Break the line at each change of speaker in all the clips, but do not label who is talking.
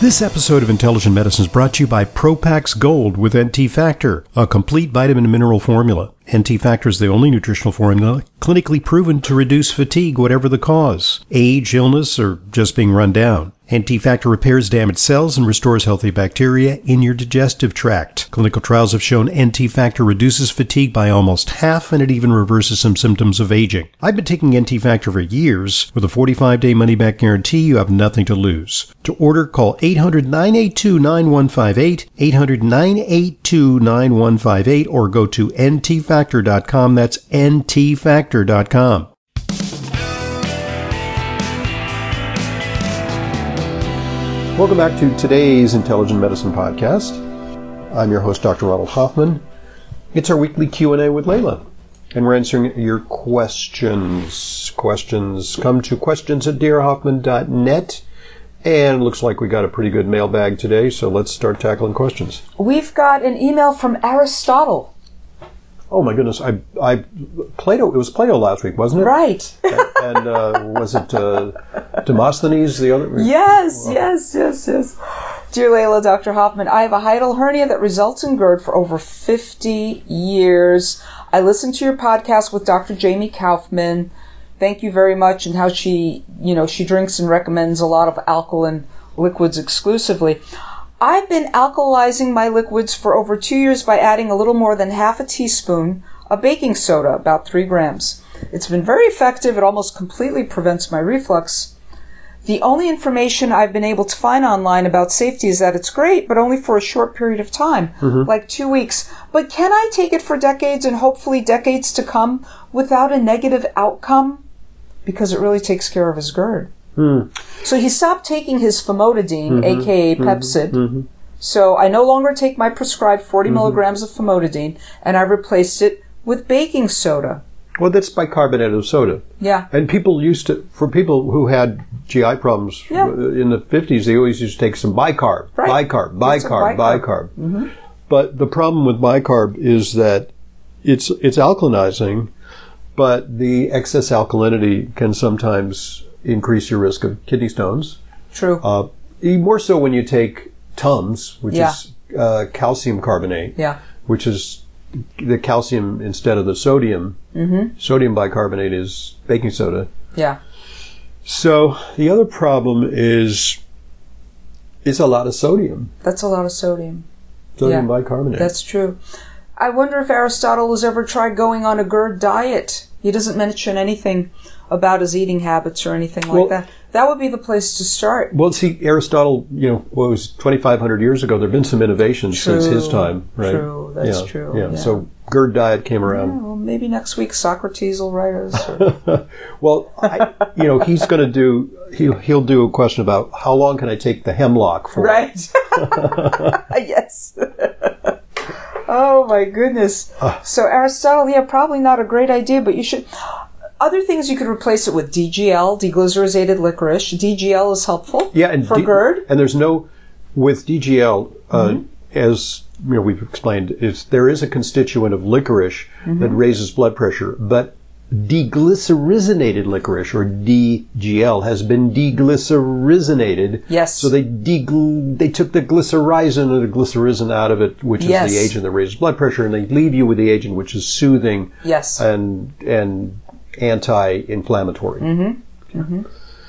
This episode of Intelligent Medicine is brought to you by Propax Gold with NT Factor, a complete vitamin and mineral formula. NT Factor is the only nutritional formula clinically proven to reduce fatigue, whatever the cause age, illness, or just being run down. NT Factor repairs damaged cells and restores healthy bacteria in your digestive tract. Clinical trials have shown NT Factor reduces fatigue by almost half and it even reverses some symptoms of aging. I've been taking NT Factor for years. With a 45 day money back guarantee, you have nothing to lose. To order, call 800 982 9158, 800 982 9158, or go to ntfactor.com. That's ntfactor.com. Welcome back to today's Intelligent Medicine podcast. I'm your host, Dr. Ronald Hoffman. It's our weekly Q&A with Layla, and we're answering your questions. Questions come to questions at drhoffman.net, and looks like we got a pretty good mailbag today, so let's start tackling questions.
We've got an email from Aristotle.
Oh my goodness, I, I, Plato, it was Plato last week, wasn't it?
Right.
and uh, was it uh, Demosthenes, the other?
Yes, yes, yes, yes. Dear Layla, Dr. Hoffman, I have a hiatal hernia that results in GERD for over 50 years. I listened to your podcast with Dr. Jamie Kaufman. Thank you very much, and how she, you know, she drinks and recommends a lot of alkaline liquids exclusively. I've been alkalizing my liquids for over two years by adding a little more than half a teaspoon of baking soda, about three grams. It's been very effective. It almost completely prevents my reflux. The only information I've been able to find online about safety is that it's great, but only for a short period of time, like two weeks. But can I take it for decades and hopefully decades to come without a negative outcome? Because it really takes care of his GERD.
Hmm,
So he stopped taking his famotidine, aka Pepsid.
hmm,
So I no longer take my prescribed 40 milligrams of famotidine, and I replaced it with baking soda.
Well, that's bicarbonate of soda.
Yeah.
And people used to, for people who had GI problems
Yeah.
uh, in the 50s, they always used to take some bicarb,
Right.
bicarb,
Get some
bicarb, bicarb.
bicarb. Mm-hmm.
But the problem with bicarb is that it's it's alkalinizing, but the excess alkalinity can sometimes increase your risk of kidney stones.
True.
Uh, e- more so when you take Tums, which
Yeah.
is uh, calcium carbonate
yeah.
which is the calcium instead of the sodium. Mm-hmm. Sodium bicarbonate is baking soda.
Yeah.
So the other problem is it's a lot of sodium,
That's a lot of sodium.
sodium
Yeah.
bicarbonate.
That's true. I wonder if Aristotle has ever tried going on a GERD diet. He doesn't mention anything about his eating habits or anything like
Well-
that. That would be the place to start.
well, see, Aristotle, you know, what was 2,500 years ago, there have been some innovations since
True.
his time, right?
True. That's
yeah.
true.
Yeah.
Yeah.
so GERD diet came
Yeah,
around.
well, maybe next week Socrates will write us. or-
Well, I, you know, he's going to do, he'll, he'll do a question about how long can I take the hemlock for?
Right. yes. oh my goodness.
Ah.
So Aristotle, yeah, probably not a great idea, but you should. Other things you could replace it with DGL, deglycerizated licorice. DGL is helpful.
Yeah, and
for
D-
GERD. Mm-hmm.
And there's no with DGL uh, as you know we've explained. It's there is a constituent of licorice
Mm-hmm.
that raises blood pressure, but deglycerinated licorice or DGL has been deglycerinated.
Yes.
So they degl- they took the glycerizin and the glycerizin out of it, which
Yes.
is the agent that raises blood pressure, and they leave you with the agent which is soothing
Yes.
and and anti-inflammatory.
Mm-hmm.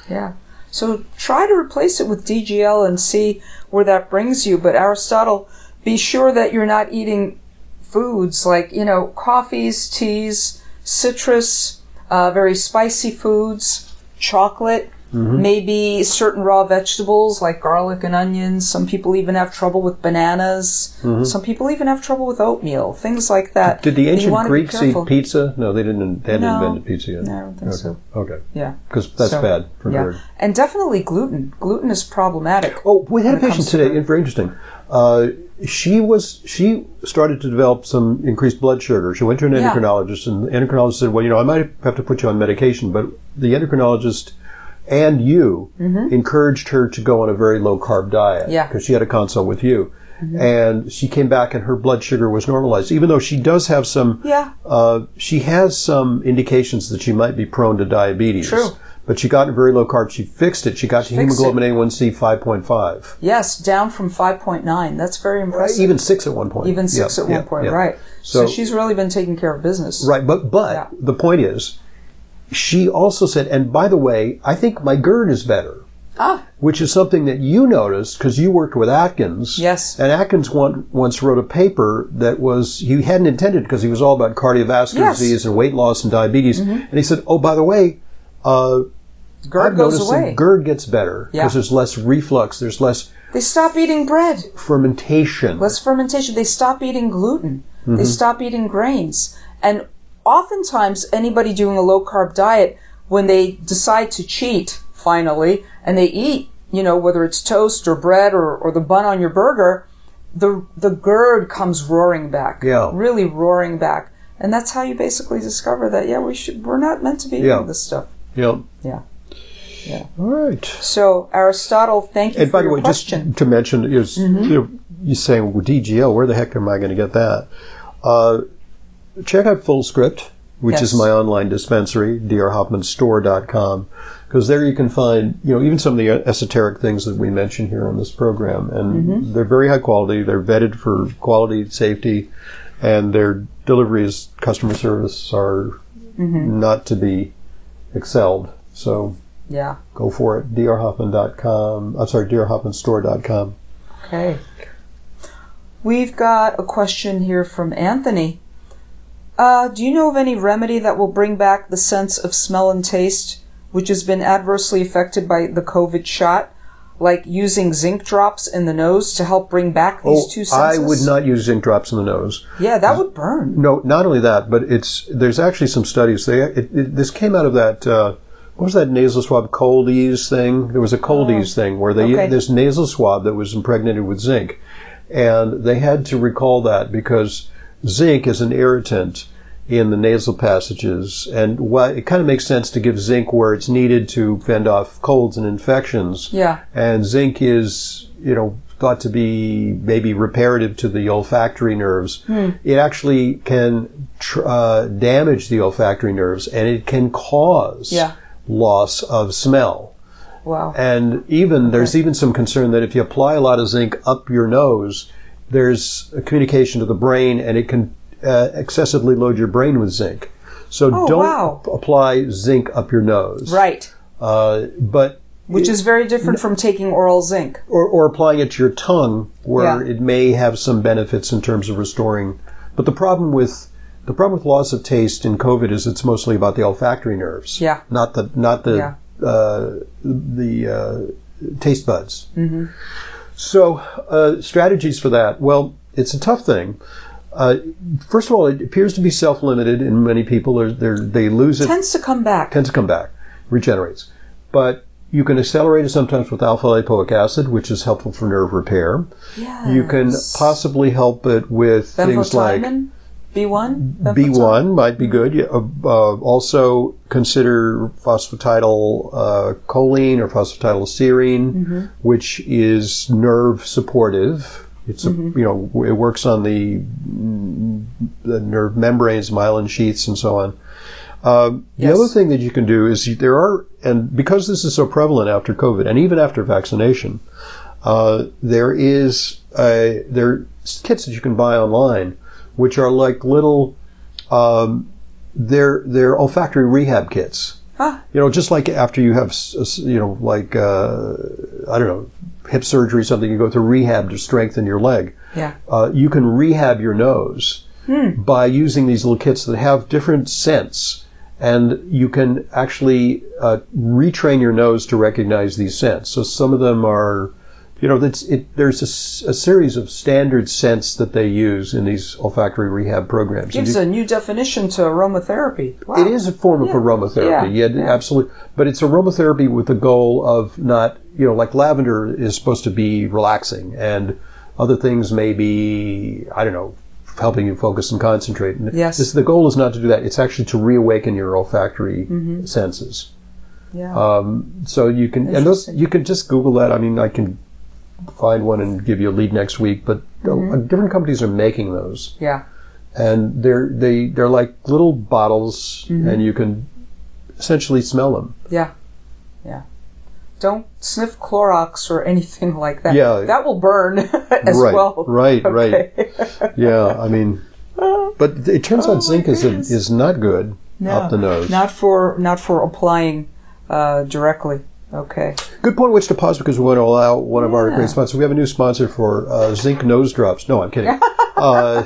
yeah. So try to replace it with DGL and see where that brings you. But Aristotle, be sure that you're not eating foods like you know coffees, teas, citrus, uh, very spicy foods, chocolate.
Mm-hmm.
Maybe certain raw vegetables like garlic and onions. Some people even have trouble with bananas. Some people even have trouble with oatmeal, things like that.
Mm-hmm. Did the
But you
ancient
wanna be
Greeks eat
careful.
pizza? No, they didn't. They hadn't
No.
invented pizza yet.
No, I don't think
okay.
so.
Okay,
Yeah.
because that's
So,
bad for
yeah.
GERD.
And definitely gluten. Gluten is problematic.
Oh, we had a
When it
patient
comes to
today.
GERD.
Very interesting. Uh, she was she started to develop some increased blood sugar. She went to an
Yeah.
endocrinologist, and the endocrinologist said, "Well, you know, I might have to put you on medication." But the endocrinologist and you encouraged her to go on a very low carb diet.
Mm-hmm. Yeah. Mm-hmm.
because she had a consult with you. And she came back, and her blood sugar was normalized, even though she does have some
Yeah.
Uh, she has some indications that she might be prone to diabetes.
True.
but she got very low carb. She fixed it. She got
She fixed
hemoglobin A1C 5.5,
Yes, down from 5.9. That's very impressive.
even six at one point.
Even six
Yeah,
at one
yeah,
point,
yeah.
right? So,
So-
she's really been taking care of business.
Right, but but
Yeah.
the point is, she also said, and by the way, I think my GERD is better.
Ah.
Which is something that you noticed because you worked with Atkins.
Yes.
And Atkins one, once wrote a paper that was, he hadn't intended because he was all about cardiovascular
Yes. Mm-hmm.
disease and weight loss and diabetes. And he said, oh, by the way, uh,
GERD
I've
goes
noticed
away.
that GERD gets better
Yeah.
because there's less reflux, there's less
They stop eating bread.
fermentation.
less fermentation. They stop eating gluten.
Mm-hmm.
They stop eating grains. And oftentimes, anybody doing a low carb diet, when they decide to cheat finally and they eat, you know, whether it's toast or bread or, or the bun on your burger, the the GERD comes roaring back.
Yeah.
Really roaring back. And that's how you basically discover that, yeah, we should we're not meant to be
Yeah.
eating this stuff.
yeah.
Yeah. Yeah.
All right.
So Aristotle, thank you
And
for
by the
your
way,
question. Mm-hmm.
just to mention, you you you saying well, DGL, where the heck am I going to get that? Uh, check out Full Script, which is
Yes.
my online dispensary, drhoffmanstore.com, because there you can find you know even some of the esoteric things that we mention here on this program, and
Mm-hmm.
they're very high quality. They're vetted for quality, safety, and their deliveries, customer service are
Mm-hmm.
not to be excelled. So
yeah.
go for it. drhoffman.com. I'm sorry, drhoffmanstore.com.
Okay. We've got a question here from Anthony. Uh, do you know of any remedy that will bring back the sense of smell and taste, which has been adversely affected by the COVID shot, like using zinc drops in the nose to help bring back these two
Oh, I
senses?
would not use zinc drops in the nose.
Yeah, that would burn.
No, not only that, but it's there's actually some studies. They it, it, this came out of that. Uh, what was that nasal swab coldies thing? There was a coldies thing where they
Oh, Okay.
this nasal swab that was impregnated with zinc, and they had to recall that because zinc is an irritant in the nasal passages, and why it kind of makes sense to give zinc where it's needed to fend off colds and infections.
Yeah.
And zinc is, you know, thought to be maybe reparative to the olfactory nerves.
Hmm.
It actually can tr- uh, damage the olfactory nerves and it can cause
Yeah.
loss of smell.
Wow.
And even there's even some concern that if you apply a lot of zinc up your nose, there's a communication to the brain and it can uh, excessively load your brain with zinc. So
Oh,
don't
wow.
apply zinc up your nose.
Right.
Uh, but
Which is very different from taking oral zinc.
or, or applying it to your tongue where
Yeah.
it may have some benefits in terms of restoring. But the problem with the problem with loss of taste in COVID is it's mostly about the olfactory nerves,
Yeah.
not the not the
Yeah.
uh, the uh, taste buds. Mm-hmm. So uh, strategies for that. Well, it's a tough thing. Uh, first of all, it appears to be self-limited in many people. They're, they're, they lose it
Tends to come back.
tends to come back, regenerates. But you can accelerate it sometimes with alpha lipoic acid, which is helpful for nerve repair.
Yes.
You can possibly help it with things like
Benfotiamine? B1? Benfotiamine?
B1 might be good. You- Uh, uh, also consider phosphatidyl uh, choline or phosphatidylserine, which is nerve supportive. It's a, you know it works on the, the nerve membranes, myelin sheaths, and so on. Um,
Yes.
The other thing that you can do is you, there are, and because this is so prevalent after COVID and even after vaccination, uh, there is a, there are kits that you can buy online, which are like little, um, they're they're olfactory rehab kits.
Ah.
You know, just like after you have, s- s- you know, like uh, I don't know, hip surgery, or something you go through rehab to strengthen your leg
Yeah. Hmm.
uh, you can rehab your nose by using these little kits that have different scents. And you can actually uh, retrain your nose to recognize these scents. So some of them are, you know, that's, it, there's a s- a, series of standard scents that they use in these olfactory rehab programs. And
Gives
you-
a new definition to aromatherapy. Wow.
it is a form of aromatherapy,
Yeah.
yeah, absolutely. But it's aromatherapy with the goal of not, you know, like lavender is supposed to be relaxing, and other things may be, I don't know, helping you focus and concentrate. And
Yes.
this- the goal is not to do that. It's actually to reawaken your olfactory
Mm-hmm.
senses.
Yeah.
Um, so you can, and those you can just Google that. I mean, I can find one and give you a lead next week. But uh, different companies are making those
yeah.
and they're they they're like little bottles, and you can essentially smell them.
Yeah. Yeah. Don't sniff Clorox or anything like that.
Yeah.
That will burn as
right,
well.
right, right.
right.
Yeah, I mean, but it turns out zinc is is not good up the nose.
Not for not for applying uh, directly. Okay.
Good point, which to pause because we want to allow one of our
Yeah.
great sponsors. We have a new sponsor for uh, zinc nose drops. No, I'm kidding. uh,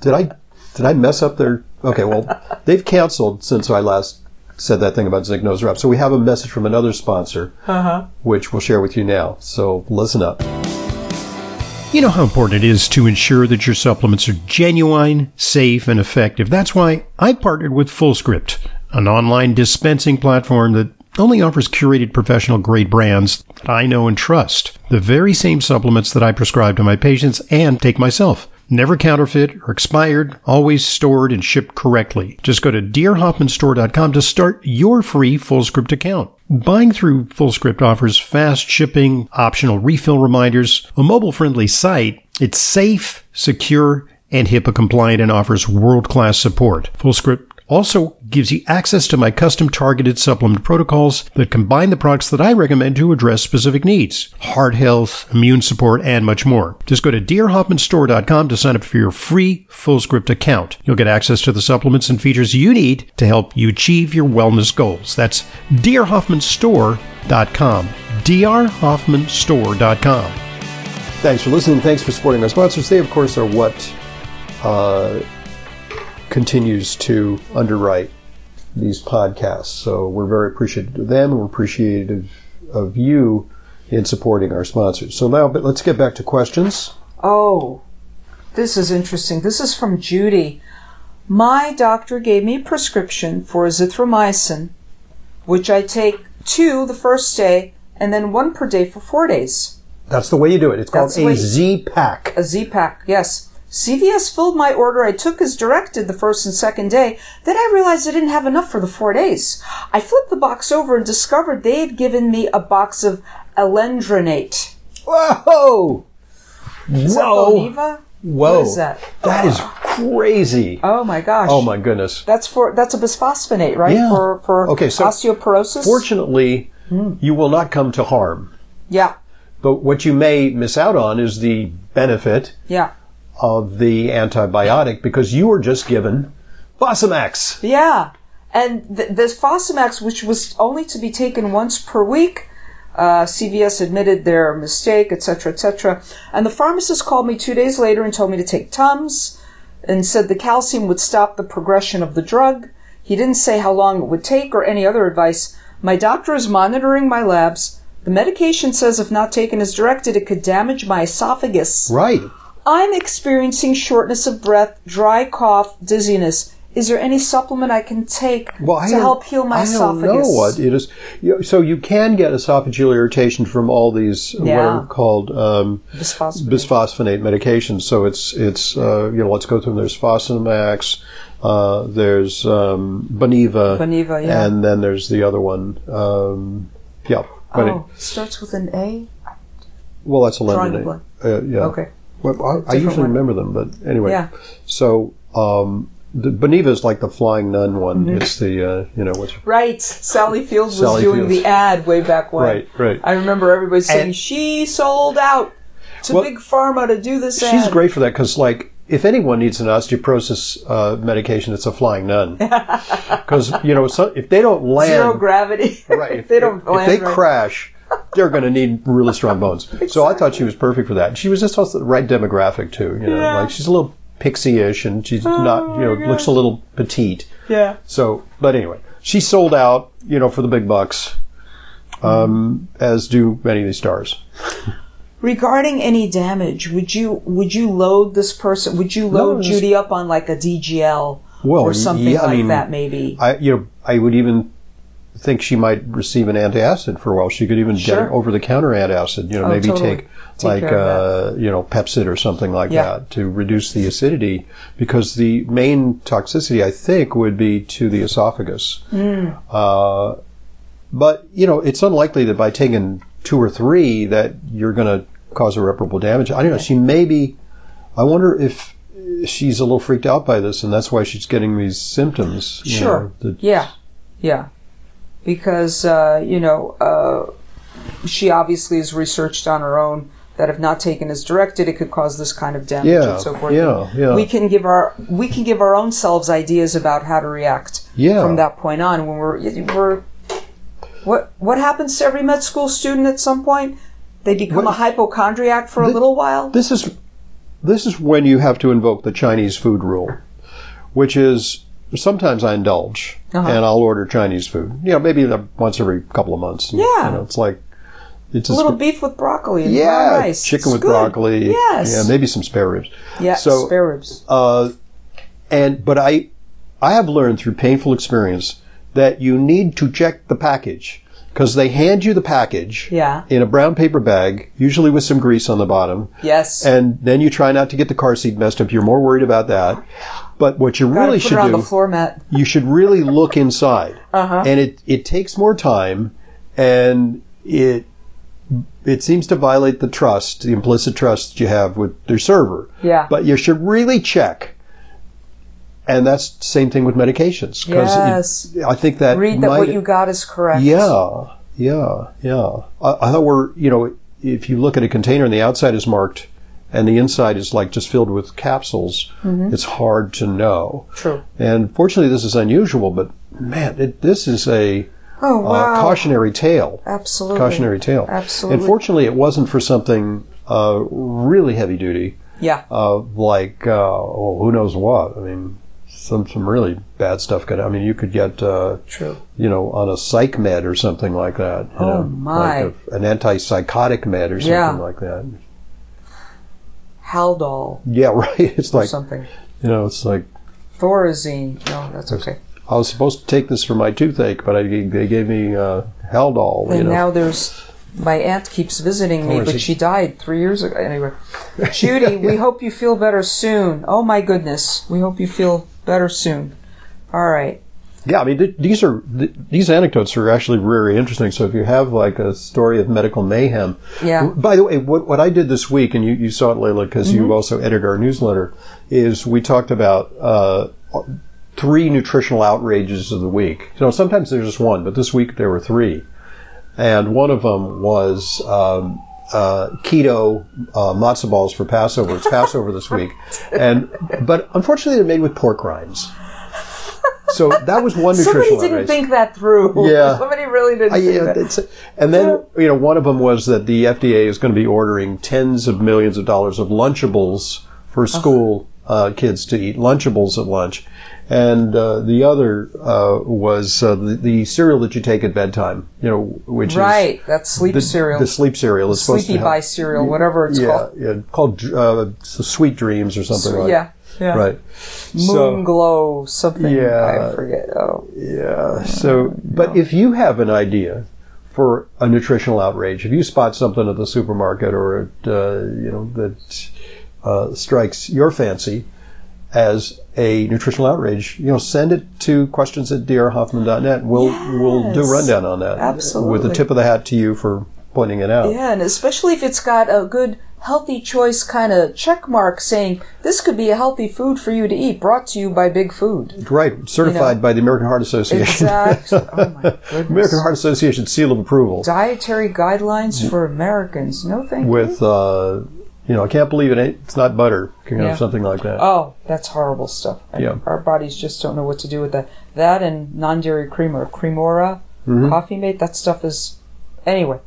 did I did I mess up their? Okay, well, they've canceled since I last said that thing about zinc nose drops. So we have a message from another sponsor, which we'll share with you now. So listen up.
You know how important it is to ensure that your supplements are genuine, safe, and effective. That's why I partnered with FullScript, an online dispensing platform that only offers curated professional grade brands that I know and trust. The very same supplements that I prescribe to my patients and take myself. Never counterfeit or expired, always stored and shipped correctly. Just go to dearhoffmanstore.com to start your free FullScript account. Buying through FullScript offers fast shipping, optional refill reminders, a mobile-friendly site. It's safe, secure, and HIPAA compliant and offers world-class support. FullScript also gives you access to my custom targeted supplement protocols that combine the products that I recommend to address specific needs, heart health, immune support, and much more. Just go to dearhoffmanstore.com to sign up for your free full script account. You'll get access to the supplements and features you need to help you achieve your wellness goals. That's dearhoffmanstore.com. drhoffmanstore.com.
Thanks for listening. Thanks for supporting our sponsors. They, of course, are what uh, continues to underwrite these podcasts. So we're very appreciative of them. and We're appreciative of you in supporting our sponsors. So now, but let's get back to questions.
Oh, this is interesting. This is from Judy. My doctor gave me a prescription for azithromycin, which I take two the first day and then one per day for four days.
That's the way you do it. It's called
That's the way-
a Z pack.
A Z pack, yes. CVS filled my order I took as directed the first and second day. Then I realized I didn't have enough for the four days. I flipped the box over and discovered they had given me a box of alendronate.
Whoa!
Is that
Whoa!
Boniva?
Whoa!
What is that?
That is crazy.
Oh my gosh.
Oh my goodness.
That's for that's a bisphosphonate, right?
Yeah.
For for
Okay, so-
osteoporosis.
Fortunately, you will not come to harm.
yeah,
But what you may miss out on is the benefit
yeah,
of the antibiotic because you were just given Bosamax.
yeah. And th- this Fosamax, which was only to be taken once per week, uh, CVS admitted their mistake, etc., etc. And the pharmacist called me two days later and told me to take Tums, and said the calcium would stop the progression of the drug. He didn't say how long it would take or any other advice. My doctor is monitoring my labs. The medication says if not taken as directed, it could damage my esophagus.
Right.
I'm experiencing shortness of breath, dry cough, dizziness. Is there any supplement I can take
Well, I
to
don't-
help heal my
I
esophagus?
don't know what it is. You- So you can get esophageal irritation from all these what are
Yeah.
called um,
Bisphosphonate.
bisphosphonate medications. So it's it's uh, you know let's go through them. There's Fosamax, uh, there's um, Boniva,
Boniva, yeah.
and then there's the other one. Um, yeah, but it,
oh, it starts with an A.
well that's a
Drawing a
lemonade.
blank.
Uh, yeah.
Okay.
Well, I, I
Different
usually
one.
remember them, but anyway.
Yeah.
So um, the Boniva is like the flying nun one.
Mm-hmm.
It's the uh, you know what's
Right. Sally Fields was
Sally
doing
Fields.
the ad way back when.
Right, right.
I remember everybody saying
And-
she sold out to
Well,
Big Pharma to do this ad.
she's great for that because like if anyone needs an osteoporosis uh, medication, it's a flying nun because you know so, if they don't land
Zero gravity.
right
if they don't
if,
land
they
right.
crash. They're going to need really strong bones. So I thought she was perfect for that. She was just also the right demographic too. You know,
Yeah. Oh,
like she's a little pixie-ish and she's not, you know,
my
looks a little petite.
Yeah.
So, but anyway, she sold out, you know, for the big bucks, um, as do many of these stars.
Regarding any damage, would you would you load this person? Would you load
it's-
Judy up on like a DGL
Well,
or something
Oh, yeah, I
like
mean,
that? Maybe.
I, you know, I would even think she might receive an antacid for a while. She could even get
Sure.
an over-the-counter antacid. You know,
Oh,
maybe
totally.
take,
Take
like
care of
uh, you know Pepsid or something like
Yeah.
that to reduce the acidity because the main toxicity I think would be to the esophagus.
Hmm.
Uh, but you know, it's unlikely that by taking two or three that you're going to cause irreparable damage. I don't know. She may be. I wonder if she's a little freaked out by this, and that's why she's getting these symptoms. you
Sure.
know, that-
yeah. Yeah. because uh, you know uh, she obviously has researched on her own that if not taken as directed, it could cause this kind of damage
Yeah,
and so forth.
yeah, yeah.
We can give our we can give our own selves ideas about how to react
Yeah.
from that point on when we're we're what what happens to every med school student at some point? They become a hypochondriac for a little while.
This is this is when you have to invoke the Chinese food rule, which is sometimes I indulge
Uh-huh.
and I'll order Chinese food. You know, maybe once every couple of months.
Yeah.
you know, it's like it's
a
just-
little beef with broccoli and
yeah,
brown rice.
chicken
It's
with
good.
broccoli.
Yes.
yeah, maybe some spare ribs.
Yeah,
So-
spare ribs.
Uh, and but I, I have learned through painful experience that you need to check the package because they hand you the package
Yeah.
in a brown paper bag, usually with some grease on the bottom,
Yes.
and then you try not to get the car seat messed up. You're more worried about that. But what you
Gotta
really
put
should
it on
do,
the floor mat. Uh-huh.
you should really look inside, and it it takes more time, and it it seems to violate the trust, the implicit trust that you have with their server.
Yeah.
But you should really check. And that's the same thing with medications. 'cause it- I think that
Read that
might-
what you got is correct.
Yeah, yeah, yeah. I, I thought we're, you know, if you look at a container and the outside is marked and the inside is like just filled with capsules,
Mm-hmm.
it's hard to know.
True.
And fortunately, this is unusual, but man, it, this is a
Oh
uh,
wow.
cautionary tale.
Absolutely.
Cautionary tale.
Absolutely.
And fortunately, it wasn't for something uh, really heavy duty,
Yeah.
uh, like uh, oh, who knows what. I mean, some some really bad stuff could. I mean, you could get uh,
True.
you know on a psych med or something like that. You
Oh,
know,
my.
Like a, an antipsychotic med or something
Yeah.
like that.
Haldol
Yeah, right. It's
or
like
something.
you know, it's like
Thorazine. No, that's okay.
I was supposed to take this for my toothache, but I, they gave me uh, Haldol. you
And
know.
now there's my aunt keeps visiting me,
Oh, is
but
it-
she died three years ago. Anyway, Judy, we hope you feel better soon. Oh my goodness, we hope you feel better soon. All right.
Yeah, I mean, th- these are th- these anecdotes are actually very interesting. So if you have like a story of medical mayhem,
Yeah.
By the way, what what I did this week, and you, you saw it, Layla, because
Mm-hmm.
you also edit our newsletter, is we talked about uh, three nutritional outrages of the week. You know, sometimes there's just one, but this week there were three, and one of them was. Um, uh, keto uh, matzo balls for Passover. It's Passover this week, and but unfortunately, they're made with pork rinds. So that was one nutritional
Somebody didn't
outrage.
think that through.
Yeah.
Somebody really didn't.
Uh,
think
yeah,
that.
it's, and then you know one of them was that the FDA is going to be ordering tens of millions of dollars of Lunchables for
Uh-huh.
school uh, kids to eat Lunchables at lunch, and uh, the other uh, was uh, the, the cereal that you take at bedtime. You know, which
Right, that's
is
sleep
the,
cereal,
The sleep cereal is supposed to
sleepy
help-
by cereal, whatever it's
yeah,
called.
yeah, called uh, sweet dreams or something like
yeah, yeah.
right.
Moon glow, something.
Yeah.
I forget. Oh,
Yeah. So, Uh, but if you have an idea for a nutritional outrage, if you spot something at the supermarket or at, uh, you know that uh, strikes your fancy as a nutritional outrage, you know, send it to questions at drhoffman.net. and We'll we'll do a
Yes.
rundown on that. With
Absolutely.
the tip of the hat to you for pointing it out.
yeah, and especially if it's got a good healthy choice kind of check mark saying this could be a healthy food for you to eat. Brought to you by Big Food.
Right. Certified
You know.
by the American Heart Association.
Exact. oh my goodness.
American Heart Association seal of Mm. approval.
Dietary guidelines for Americans. No thank you.
With, uh, you know, I can't believe it. Ain't, it's not butter. You know,
Yeah.
something like that.
Oh, that's horrible stuff. And
Yeah.
Our bodies just don't know what to do with that. That and non dairy creamer, Cremora,
Mm-hmm.
Coffee Mate, that stuff is. Anyway.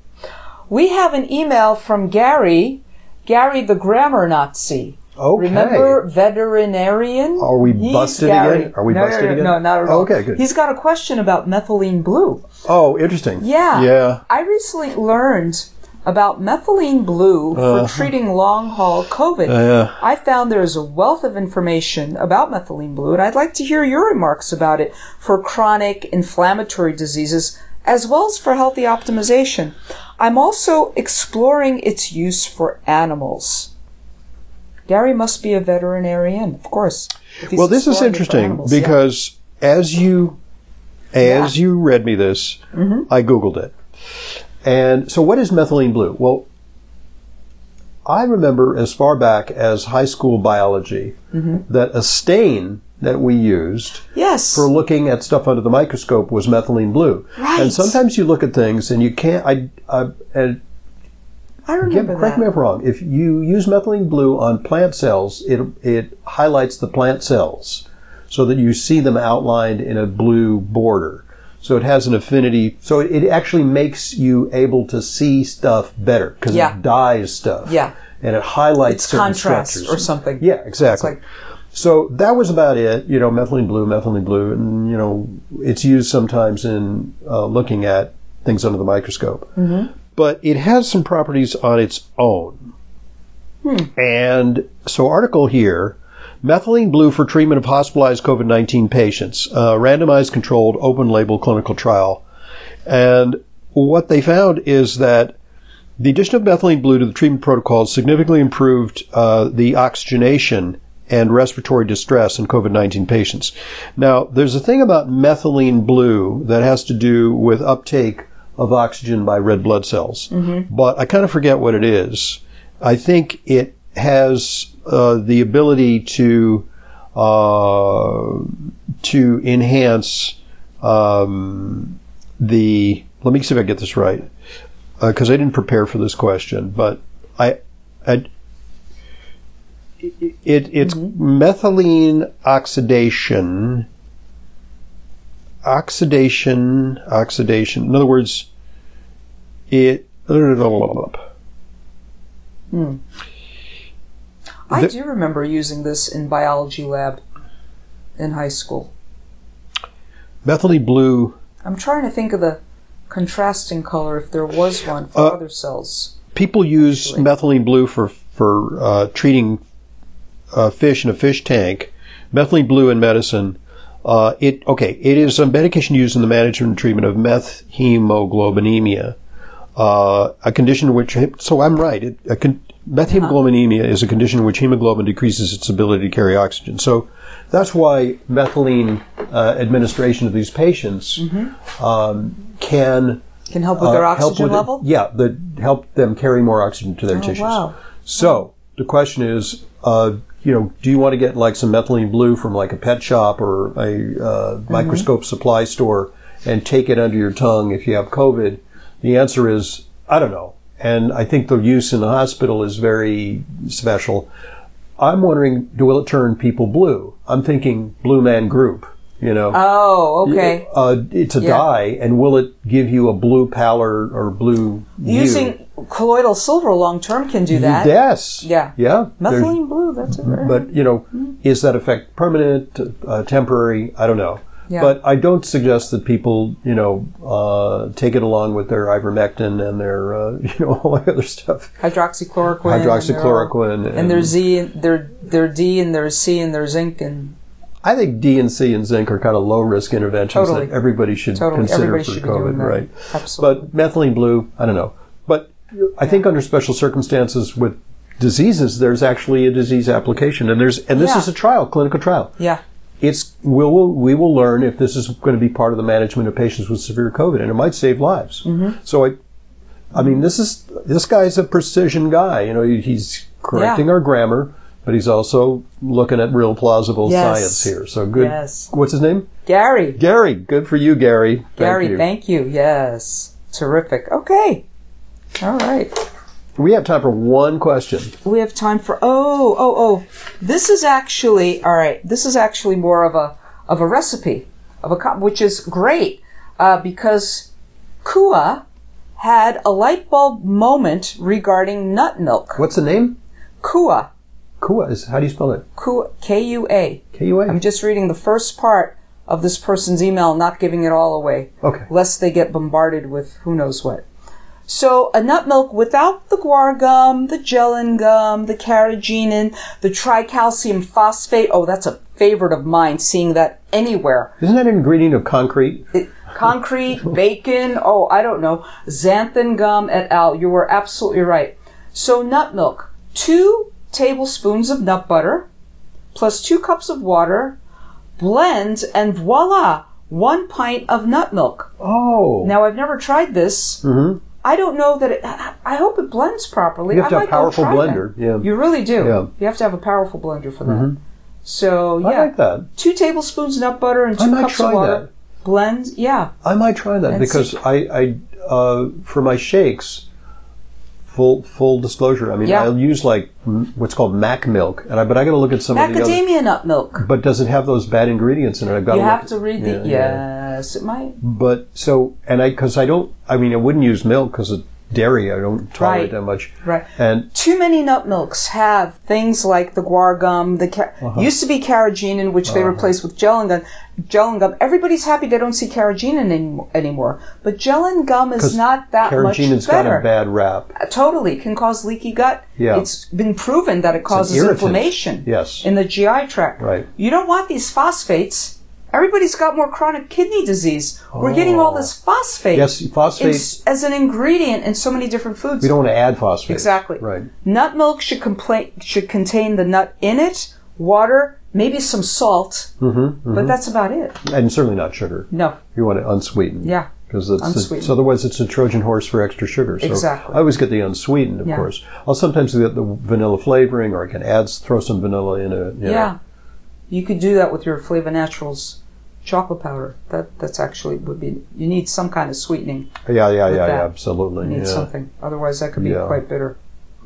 We have an email from Gary, Gary the Grammar Nazi.
Okay.
Remember veterinarian?
Are we
He's
busted
Gary.
again? Are we
no, no,
busted
no,
again?
No, not at all.
Okay, good.
He's got a question about methylene blue.
Oh, interesting.
Yeah.
Yeah.
I recently learned about methylene blue for treating long haul COVID.
Uh-huh. Uh, Yeah.
I found there is a wealth of information about methylene blue, and I'd like to hear your remarks about it for chronic inflammatory diseases as well as for healthy optimization. I'm also exploring its use for animals. Gary must be a veterinarian, of course. if he's
Well, this is
exploring it for
interesting
animals, yeah.
because as you as you read me this,
Mm-hmm.
I googled it. And so what is methylene blue? Well,
Mm-hmm.
I remember as far back as high school biology that a stain that we used
Yes.
for looking at stuff under the microscope was methylene blue.
Right.
And sometimes you look at things and you can't. I, I and
I
yeah,
remember
correct me
that.
if I'm wrong. If you use methylene blue on plant cells, it it highlights the plant cells so that you see them outlined in a blue border. So it has an affinity. So it, it actually makes you able to see stuff better because
Yeah.
it dyes stuff.
Yeah.
And it highlights
It's
certain
contrast
structures.
or something.
Yeah, exactly.
like-
so that was about it. You know, methylene blue, methylene blue, and you know, it's used sometimes in uh, looking at things under the microscope.
Mm-hmm.
But it has some properties on its own.
Hmm.
And so, article here. Methylene blue for treatment of hospitalized COVID 19 patients, uh, randomized controlled open label clinical trial. And what they found is that the addition of methylene blue to the treatment protocol significantly improved uh, the oxygenation and respiratory distress in COVID 19 patients. Now, there's a thing about methylene blue that has to do with uptake of oxygen by red blood cells, but I kind of forget what it is. I think it has uh, the ability to uh, to enhance um, the. Let me see if I get this right because Uh, I didn't prepare for this question, but I, I it it's methylene oxidation, oxidation, oxidation. In other words, it.
I
the-
do remember using this in biology lab in high school.
Methylene blue.
I'm trying to think of the contrasting color if there was one for
Uh,
other cells.
People use
Actually.
methylene blue for for uh, treating uh, fish in a fish tank. Methylene blue in medicine. Uh, it okay. It is a medication used in the management and treatment of methemoglobinemia. uh, a condition in which so I'm right. It, a con- methemoglobinemia is a condition in which hemoglobin decreases its ability to carry oxygen. So that's why methylene uh, administration of these patients um, can
Can help with their
uh, help
oxygen
with it-
level? Oh,
yeah, the help them carry more oxygen to their tissues.
wow.
So the question is, uh, you know, do you want to get like some methylene blue from like a pet shop or a uh,
Mm-hmm.
microscope supply store and take it under your tongue if you have COVID? The answer is, I don't know. And I think the use in the hospital is very special. I'm wondering, do- will it turn people blue? I'm thinking Blue Man Group, you know.
Oh, okay.
Uh, it's a
Yeah.
dye, and will it give you a blue pallor or blue hue?
Using colloidal silver long term can do that.
Yes.
Yeah.
Yeah. There's-
Methylene blue, that's a rare.
But you know, is that effect permanent, uh, temporary? I don't know.
Yeah.
But I don't suggest that people, you know, uh, take it along with their ivermectin and their, uh, you know, all the other stuff.
hydroxychloroquine.
Hydroxychloroquine
And, their, and their Z, their their D, and their C, and their zinc, and
I think D and C and zinc are kind of low risk interventions
Totally.
that everybody should
totally
consider
everybody
for
should be
COVID,
doing that.
right?
Absolutely.
But methylene blue, I don't know. But I think under special circumstances with diseases, there's actually a disease application, and there's and this
Yeah.
is a trial, clinical trial.
yeah.
It's we'll, we'll we will learn if this is going to be part of the management of patients with severe COVID, and it might save lives.
Mm-hmm.
So I, I mean, this is this guy's a precision guy. You know, he- he's correcting
Yeah.
our grammar, but he's also looking at real plausible
Yes.
science here. So good.
Yes.
What's his name?
Gary.
Gary. Good for you, Gary. Thank
Gary,
you.
thank you. Yes. Terrific. Okay. All right.
We have time for one question.
we have time for oh oh oh this is actually all right this is actually more of a of a recipe of a co- which is great uh, because kua had a light bulb moment regarding nut milk
What's the name?
kua
Kua is how do you spell it?
kua k-u-a
K U
i'm
A.
just reading the first part of this person's email not giving it all away
Okay.
lest they get bombarded with who knows what. So a nut milk without the guar gum, the gelin gum, the carrageenan, the tricalcium phosphate. Oh, that's a favorite of mine. Seeing that anywhere,
Isn't that an ingredient of concrete?
It- concrete, bacon. Oh, I don't know, xanthan gum et al. You were absolutely right. So nut milk, two tablespoons of nut butter, plus two cups of water, blend, and voila, one pint of nut milk.
Oh.
Now I've never tried this.
Mhm.
I don't know that it. I hope it blends properly.
You have to
I
have
might go
powerful
try
blender,
that.
yeah.
you really do.
Yeah.
You have to have a powerful blender for that. So yeah,
I like that.
two tablespoons nut butter and
I
two
might
cups
try
of water. Blend. Yeah.
I might try that
And
because I, I uh, for my shakes, full full disclosure. I mean,
Yeah.
I'll use like m- what's called Mac milk, and I, but I got to look at some of the other.
Macadamia nut milk.
But does it have those bad ingredients in it? I've got
You have to read the.
Yeah, yeah.
Yes, it might.
But so and I because I don't. I mean, I wouldn't use milk because of dairy. I don't tolerate
Right.
that much.
Right.
And
Too many nut milks have things like the guar gum. The ca-
Uh-huh.
used to be carrageenan, which they replaced with gelin gum. Gelin gum. Everybody's happy they don't see carrageenan any- anymore, but gelin gum is
'Cause
not that much
carrageenan's got
better.
a bad rap.
Uh, Totally, can cause leaky gut.
Yeah.
it's been proven that it causes
irritant.
inflammation.
Yes.
in the GI tract.
Right.
You don't want these phosphates. Everybody's got more chronic kidney disease. We're getting all this phosphate.
Oh. Yes, phosphate-
in s- as an ingredient in so many different foods.
We don't want to add phosphate.
Exactly.
Right.
Nut milk should complain, should contain the nut in it, water, maybe some salt,
Mm-hmm.
but that's about it.
And certainly not sugar.
No,
You want it unsweetened.
Yeah.
Because it's
Unsweetened.
so otherwise it's a Trojan horse for extra sugar. So
Exactly.
I always get the unsweetened, of
Yeah.
course. I'll sometimes get the vanilla flavoring, or I can add throw some vanilla in it. you
yeah.
know.
you could do that with your Flava Naturals chocolate powder. That that's actually would be. You need some kind of sweetening.
yeah, yeah,
With
yeah, yeah,
that.
absolutely.
You need
yeah.
something, otherwise that could be
Yeah.
quite bitter.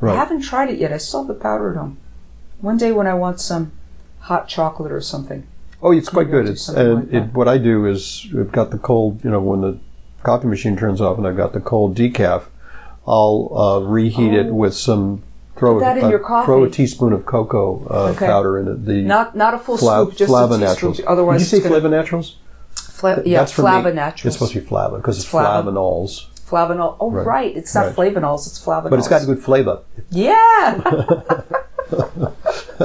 Right.
I haven't tried it yet. I still have the powder at home. One day when I want some hot chocolate or something.
Oh, it's quite
Maybe I'll
good.
do
It's
something
and
like
it,
that.
what I do is I've got the cold. You know, when the coffee machine turns off and I've got the cold decaf, I'll uh, reheat it
Oh.
with some. Throw
Put that in
a,
your coffee.
Throw a teaspoon of cocoa uh,
Okay.
powder in it. The
Not not a full
fla-
scoop, just
Flava
a teaspoon.
Naturals.
Otherwise,
Did you say
it's gonna-
Flavonaturals?
Fla-
Th-
yeah,
that's for me.
Flava Naturals.
It's supposed to be flava because it's
Flava.
flavonols,
Flavanol. Oh,
Right.
right. It's not
Right.
flavanols. It's flavanols.
but it's got good flavor.
Yeah.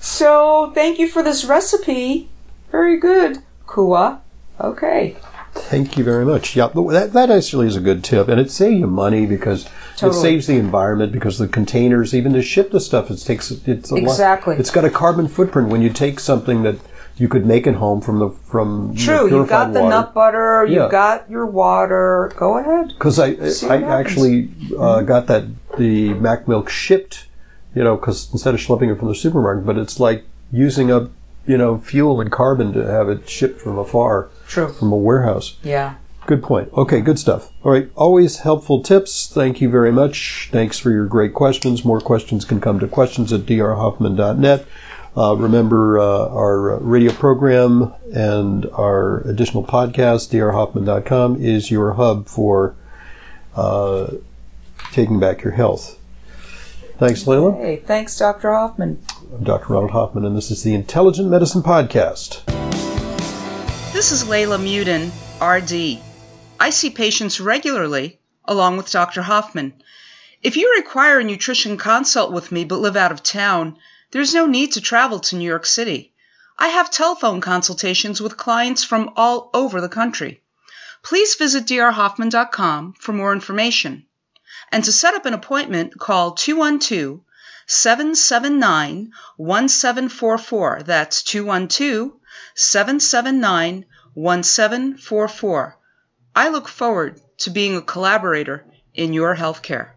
so thank you for this recipe. Very good, Kua. Okay.
Thank you very much. Yeah, but that, that actually is a good tip, and it saves you money because it
Totally.
saves the environment because the containers, even to ship the stuff, it takes it's a lot-
Exactly.
It's got a carbon footprint when you take something that you could make at home from the from you know,
True. You've got
purified
the
water.
nut butter.
Yeah.
You've got your water. Go ahead.
because I
See
I
what happens.
actually uh, got that the Mac milk shipped, you know, because instead of schlepping it from the supermarket, but it's like using up you know fuel and carbon to have it shipped from afar
True.
from a warehouse.
Yeah.
Good point. Okay, good stuff. All right, always helpful tips. Thank you very much. Thanks for your great questions. More questions can come to questions at drhoffman.net. Uh, remember uh, our uh, radio program and our additional podcast, drhoffman.com, is your hub for uh, taking back your health. Thanks, Layla.
Hey, thanks, Dr. Hoffman.
I'm Dr. Ronald Hoffman, and this is the Intelligent Medicine Podcast.
This is Layla Mudin, RD. I see patients regularly, along with Dr. Hoffman. If you require a nutrition consult with me but live out of town, there's no need to travel to New York City. I have telephone consultations with clients from all over the country. Please visit drhoffman.com for more information. And to set up an appointment, call 212 779 1744. That's 212 779 1744. I look forward to being a collaborator in your healthcare.